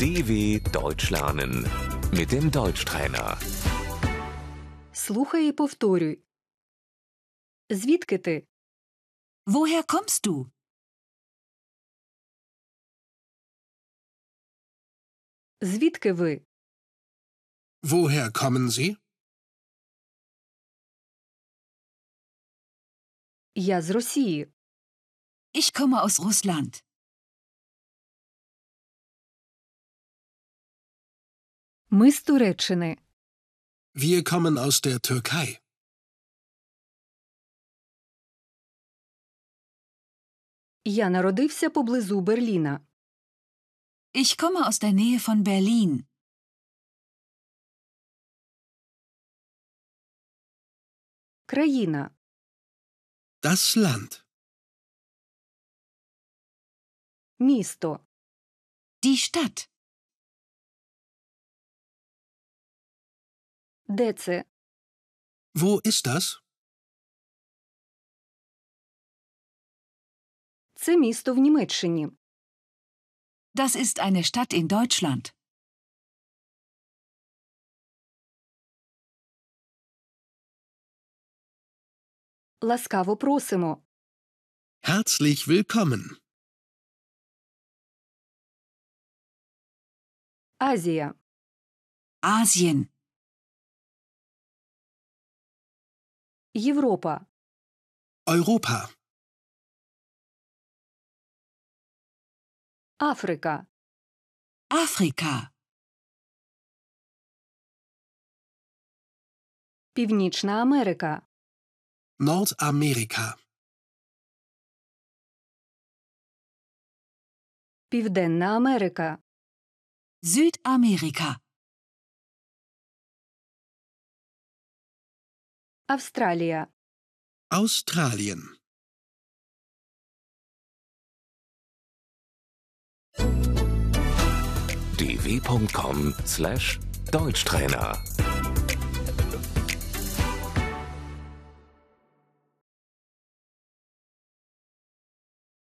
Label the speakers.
Speaker 1: DW Deutsch lernen mit dem Deutschtrainer.
Speaker 2: Слухай і повторюй. Звідки ти?
Speaker 3: Woher kommst du?
Speaker 2: Звідки ви?
Speaker 4: Woher kommen Sie?
Speaker 2: Я з Росії.
Speaker 3: Ich komme aus Russland.
Speaker 2: Ми з Туреччини.
Speaker 4: Wir kommen aus der Türkei.
Speaker 2: Я народився поблизу Берліна.
Speaker 3: Ich komme aus der Nähe von Berlin.
Speaker 2: Країна.
Speaker 4: Das Land.
Speaker 2: Місто.
Speaker 3: Die Stadt.
Speaker 2: Де це?
Speaker 4: Wo ist das?
Speaker 2: Це місто в Німеччині.
Speaker 3: Das ist eine Stadt in Deutschland.
Speaker 2: Ласкаво просимо.
Speaker 4: Herzlich willkommen.
Speaker 2: Азія.
Speaker 3: Asien.
Speaker 2: Європа.
Speaker 4: Europa.
Speaker 2: Африка.
Speaker 3: Afrika.
Speaker 2: Північна Америка.
Speaker 4: Nordamerika.
Speaker 2: Південна Америка.
Speaker 3: Südamerika.
Speaker 2: Австралія.
Speaker 4: Australien.
Speaker 1: dw.com/deutschtrainer